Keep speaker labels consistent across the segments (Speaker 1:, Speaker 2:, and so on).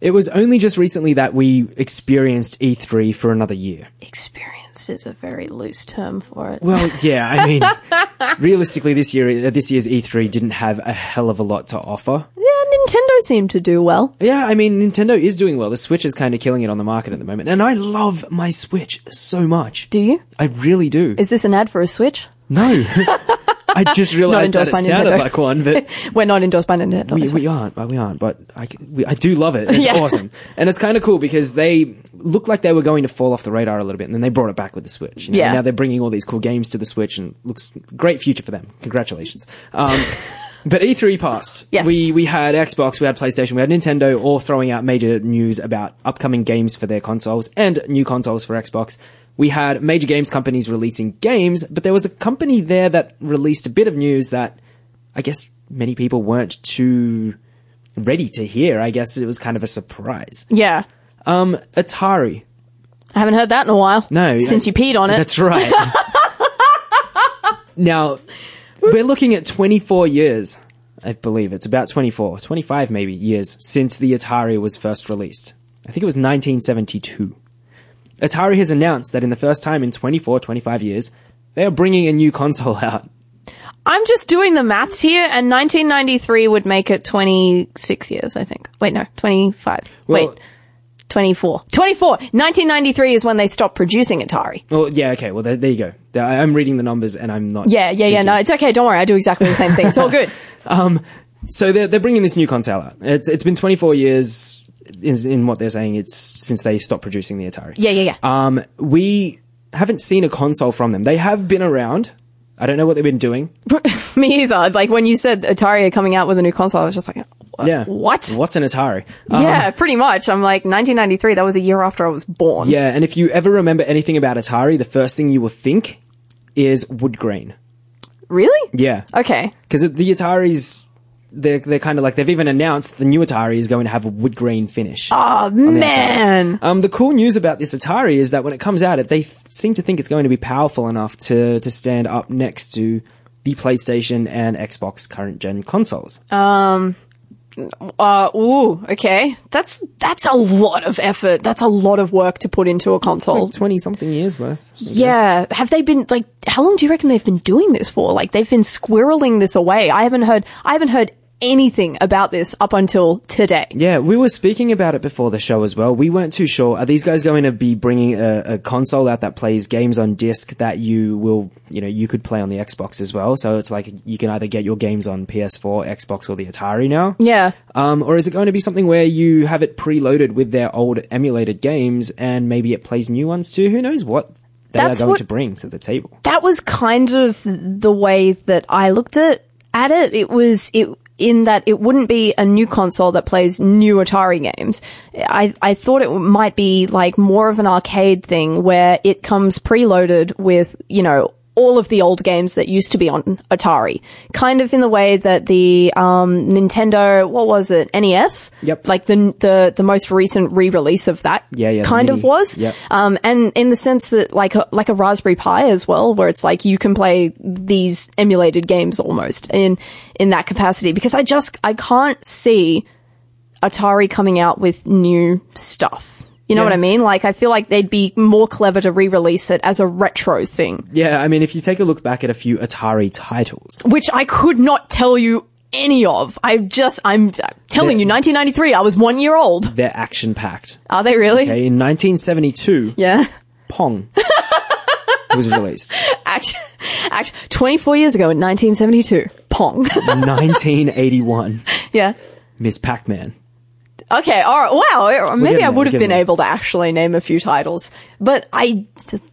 Speaker 1: It was only just recently that we experienced E3 for another year.
Speaker 2: Experienced is a very loose term for it.
Speaker 1: Well, yeah, I mean, realistically, this year, uh, this year's E3 didn't have a hell of a lot to offer.
Speaker 2: yeah, Nintendo seemed to do well.
Speaker 1: Yeah, I mean, Nintendo is doing well. The Switch is kind of killing it on the market at the moment, and I love my Switch so much.
Speaker 2: Do you?
Speaker 1: I really do.
Speaker 2: Is this an ad for a Switch?
Speaker 1: no, I just realized that
Speaker 2: endorsed
Speaker 1: it
Speaker 2: by
Speaker 1: sounded
Speaker 2: Nintendo.
Speaker 1: like one, but
Speaker 2: We're not endorsed by Nintendo.
Speaker 1: we,
Speaker 2: that's right.
Speaker 1: we aren't, we aren't, but I, c- we, I do love it. It's
Speaker 2: Yeah.
Speaker 1: awesome. And it's kind of cool because they looked like they were going to fall off the radar a little bit and then they brought it back with the Switch. you know?
Speaker 2: Yeah.
Speaker 1: And now they're bringing all these cool games to the Switch and looks great future for them. Congratulations. Um, but E3 passed.
Speaker 2: Yes.
Speaker 1: We, we had Xbox, we had PlayStation, we had Nintendo all throwing out major news about upcoming games for their consoles and new consoles for Xbox. We had major games companies releasing games, but there was a company there that released a bit of news that I guess many people weren't too ready to hear. I guess it was kind of a surprise.
Speaker 2: yeah.
Speaker 1: Um, Atari.
Speaker 2: I haven't heard that in a while.
Speaker 1: No.
Speaker 2: Since you peed on it.
Speaker 1: That's right. now, we're looking at 24 years, I believe. It's about 24, 25 maybe years since the Atari was first released. I think it was 1972. Atari has announced that in the first time in 24, 25 years, they are bringing a new console out.
Speaker 2: I'm just doing the maths here, and 1993 would make it 26 years, I think. Wait, no, 25.
Speaker 1: Well-
Speaker 2: Wait, 24. 24! 1993 is when they stopped producing Atari.
Speaker 1: Well, yeah, okay. Well, there, there you go. There- I- I'm reading the numbers and I'm not.
Speaker 2: Yeah, yeah, yeah,
Speaker 1: thinking.
Speaker 2: no, it's okay, don't worry, I do exactly the same thing. It's all good.
Speaker 1: So they're, they're bringing this new console out. It's, it's been 24 years in, in what they're saying. It's since they stopped producing the Atari.
Speaker 2: Yeah, yeah, yeah.
Speaker 1: Um, we haven't seen a console from them. They have been around. I don't know what they've been doing.
Speaker 2: Me either. Like, when you said Atari are coming out with a new console, I was just like, what?
Speaker 1: Yeah.
Speaker 2: What?
Speaker 1: What's an Atari? Um,
Speaker 2: Yeah, pretty much. I'm like, 1993, that was a year after I was born.
Speaker 1: yeah. And if you ever remember anything about Atari, the first thing you will think is wood grain.
Speaker 2: Really?
Speaker 1: Yeah.
Speaker 2: Okay.
Speaker 1: Because the Ataris, they're, they're kind of like, they've even announced the new Atari is going to have a wood grain finish.
Speaker 2: Oh,
Speaker 1: the outside.
Speaker 2: man.
Speaker 1: Um, the cool news about this Atari is that when it comes out, it, they th- seem to think it's going to be powerful enough to, to stand up next to the PlayStation and Xbox current gen consoles.
Speaker 2: Uh, ooh, okay. That's that's a lot of effort. That's a lot of work to put into a console.
Speaker 1: 20 something years worth. I guess.
Speaker 2: yeah. Have they been like how long do you reckon they've been doing this for? Like they've been squirreling this away. I haven't heard I haven't heard anything about this up until today.
Speaker 1: Yeah, we were speaking about it before the show as well. We weren't too sure. Are these guys going to be bringing a, a console out that plays games on disc that you will, you know, you could play on the Xbox as well? So it's like you can either get your games on PS4, Xbox, or the Atari now.
Speaker 2: Yeah.
Speaker 1: Um, or is it going to be something where you have it preloaded with their old emulated games and maybe it plays new ones too? Who knows what they
Speaker 2: That's
Speaker 1: are going
Speaker 2: what-
Speaker 1: to bring to the table?
Speaker 2: that was kind of the way that I looked at at it. It was it in that it wouldn't be a new console that plays new Atari games. I I thought it might be like more of an arcade thing where it comes preloaded with you know all of the old games that used to be on Atari, kind of in the way that the um, Nintendo what was it NES
Speaker 1: Yep.
Speaker 2: like the the the most recent re release of that
Speaker 1: Yeah, yeah, the
Speaker 2: kind of
Speaker 1: MIDI.
Speaker 2: was
Speaker 1: Yep.
Speaker 2: um, and in the sense that like a, like a Raspberry Pi as well, where it's like you can play these emulated games almost in in that capacity. Because I just I can't see Atari coming out with new stuff. You know
Speaker 1: Yeah.
Speaker 2: what I mean? Like I feel like they'd be more clever to re-release it as a retro thing,
Speaker 1: Yeah, I mean, if you take a look back at a few Atari titles,
Speaker 2: which I could not tell you any of. I just I'm telling
Speaker 1: Yeah.
Speaker 2: you, 1993, I was one year old.
Speaker 1: they're action packed.
Speaker 2: Are they really?
Speaker 1: Okay, in 1972,
Speaker 2: Yeah.
Speaker 1: Pong was released.
Speaker 2: Actually, actually, 24 years ago in 1972, Pong.
Speaker 1: 1981,
Speaker 2: yeah.
Speaker 1: Miss Pac-Man.
Speaker 2: Okay. All right. Wow. Maybe
Speaker 1: getting
Speaker 2: I
Speaker 1: there,
Speaker 2: would
Speaker 1: we're
Speaker 2: have
Speaker 1: getting
Speaker 2: been
Speaker 1: there.
Speaker 2: able to actually name a few titles, but I just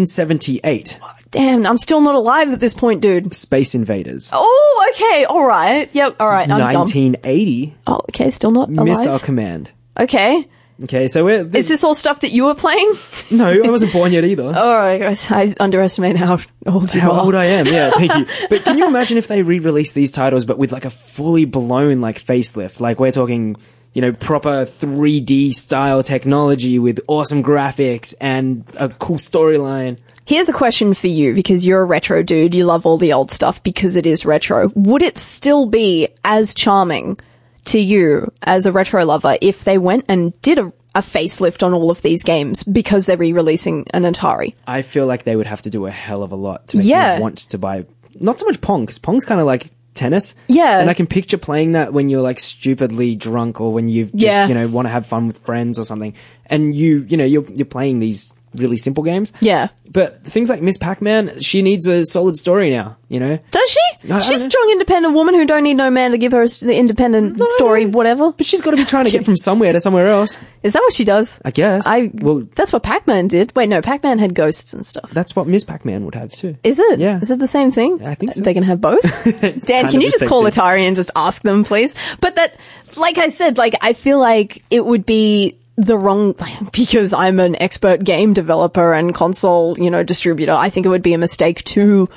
Speaker 1: 1978,
Speaker 2: damn, I'm still not alive at this point, dude.
Speaker 1: Space Invaders.
Speaker 2: Oh, okay. All right. Yep. All right. I'm dumb.
Speaker 1: 1980,
Speaker 2: Oh, okay. Still not alive.
Speaker 1: Missile Command.
Speaker 2: okay.
Speaker 1: Okay, so we're
Speaker 2: Is this all stuff that you were playing?
Speaker 1: no, I wasn't born yet either.
Speaker 2: All right. guys, I underestimate how old you
Speaker 1: how
Speaker 2: are.
Speaker 1: old I am. Yeah, thank you. But can you imagine if they re-released these titles, but with like a fully blown like facelift? Like we're talking, you know, proper 3D style technology with awesome graphics and a cool storyline.
Speaker 2: Here's a question for you because you're a retro dude. You love all the old stuff because it is retro. Would it still be as charming to you as a retro lover if they went and did a, a facelift on all of these games because they're re-releasing an Atari.
Speaker 1: I feel like they would have to do a hell of a lot to make
Speaker 2: Yeah.
Speaker 1: me want to buy. Not so much Pong because Pong's kind of like tennis.
Speaker 2: Yeah.
Speaker 1: and I can picture playing that when you're like stupidly drunk or when you've just
Speaker 2: Yeah.
Speaker 1: you know want to have fun with friends or something, and you you know you're you're playing these really simple games.
Speaker 2: Yeah.
Speaker 1: but things like Miss Pac-Man, she needs a solid story now. You know,
Speaker 2: Does she?
Speaker 1: I- I
Speaker 2: She's a
Speaker 1: don't-
Speaker 2: strong, independent woman who don't need no man to give her the independent story, whatever.
Speaker 1: but she's got to be trying to get from somewhere to somewhere else.
Speaker 2: Is that what she does?
Speaker 1: I guess.
Speaker 2: I
Speaker 1: well,
Speaker 2: that's what Pac-Man did. Wait, no, Pac-Man had ghosts and stuff.
Speaker 1: that's what Miss Pac-Man would have too.
Speaker 2: Is it?
Speaker 1: Yeah.
Speaker 2: Is it the same thing?
Speaker 1: I think so.
Speaker 2: They can have both. Dan,
Speaker 1: Kind
Speaker 2: can
Speaker 1: of
Speaker 2: you
Speaker 1: the
Speaker 2: just
Speaker 1: same
Speaker 2: call
Speaker 1: thing.
Speaker 2: Atari and just ask them, please? But that, like I said, like I feel like it would be the wrong because I'm an expert game developer and console, you know, distributor. I think it would be a mistake to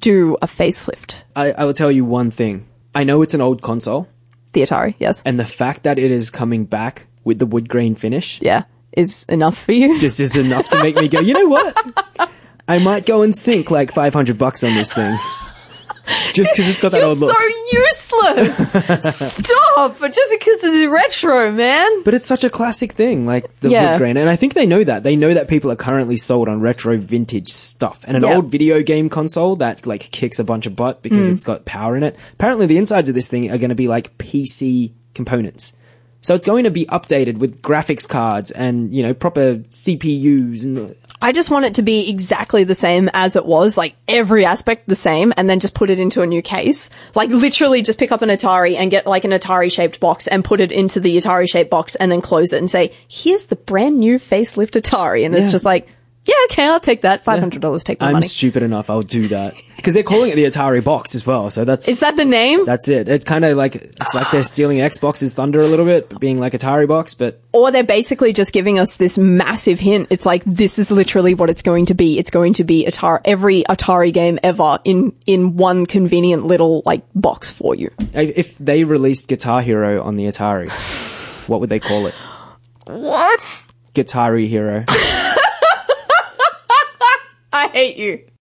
Speaker 2: do a facelift.
Speaker 1: I, I will tell you one thing. I know it's an old console,
Speaker 2: The Atari, yes,
Speaker 1: and the fact that it is coming back with the wood grain finish
Speaker 2: yeah, is enough for you.
Speaker 1: just is enough to make me go. You know what? I might go and sink like five hundred bucks on this thing, just because it's got that
Speaker 2: You're
Speaker 1: old look.
Speaker 2: so useless. Stop! But just because this is retro, man.
Speaker 1: But it's such a classic thing, like the
Speaker 2: Yeah.
Speaker 1: wood grain. And I think they know that. They know that people are currently sold on retro vintage stuff. And an
Speaker 2: Yeah. Mm.
Speaker 1: old video game console that like kicks a bunch of butt because it's got power in it. Apparently the insides of this thing are going to be like PC components. So it's going to be updated with graphics cards and, you know, proper CPUs and
Speaker 2: I just want it to be exactly the same as it was, like every aspect the same, and then just put it into a new case. Like literally just pick up an Atari and get like an Atari shaped box and put it into the Atari shaped box and then close it and say, here's the brand new facelift Atari. And it's
Speaker 1: Yeah.
Speaker 2: just like, yeah, okay, I'll take that. $500, take my
Speaker 1: I'm
Speaker 2: money.
Speaker 1: stupid enough. I'll do that. Cause they're calling it the Atari box as well. So that's,
Speaker 2: Is that the name?
Speaker 1: that's it. It's kind of like, it's like they're stealing Xbox's thunder a little bit, but being like Atari box, but
Speaker 2: or they're basically just giving us this massive hint. It's like this is literally what it's going to be. It's going to be Atari every Atari game ever in in one convenient little like box for you.
Speaker 1: I- If they released Guitar Hero on the Atari, what would they call it?
Speaker 2: What?
Speaker 1: Guitari Hero.
Speaker 2: I hate you.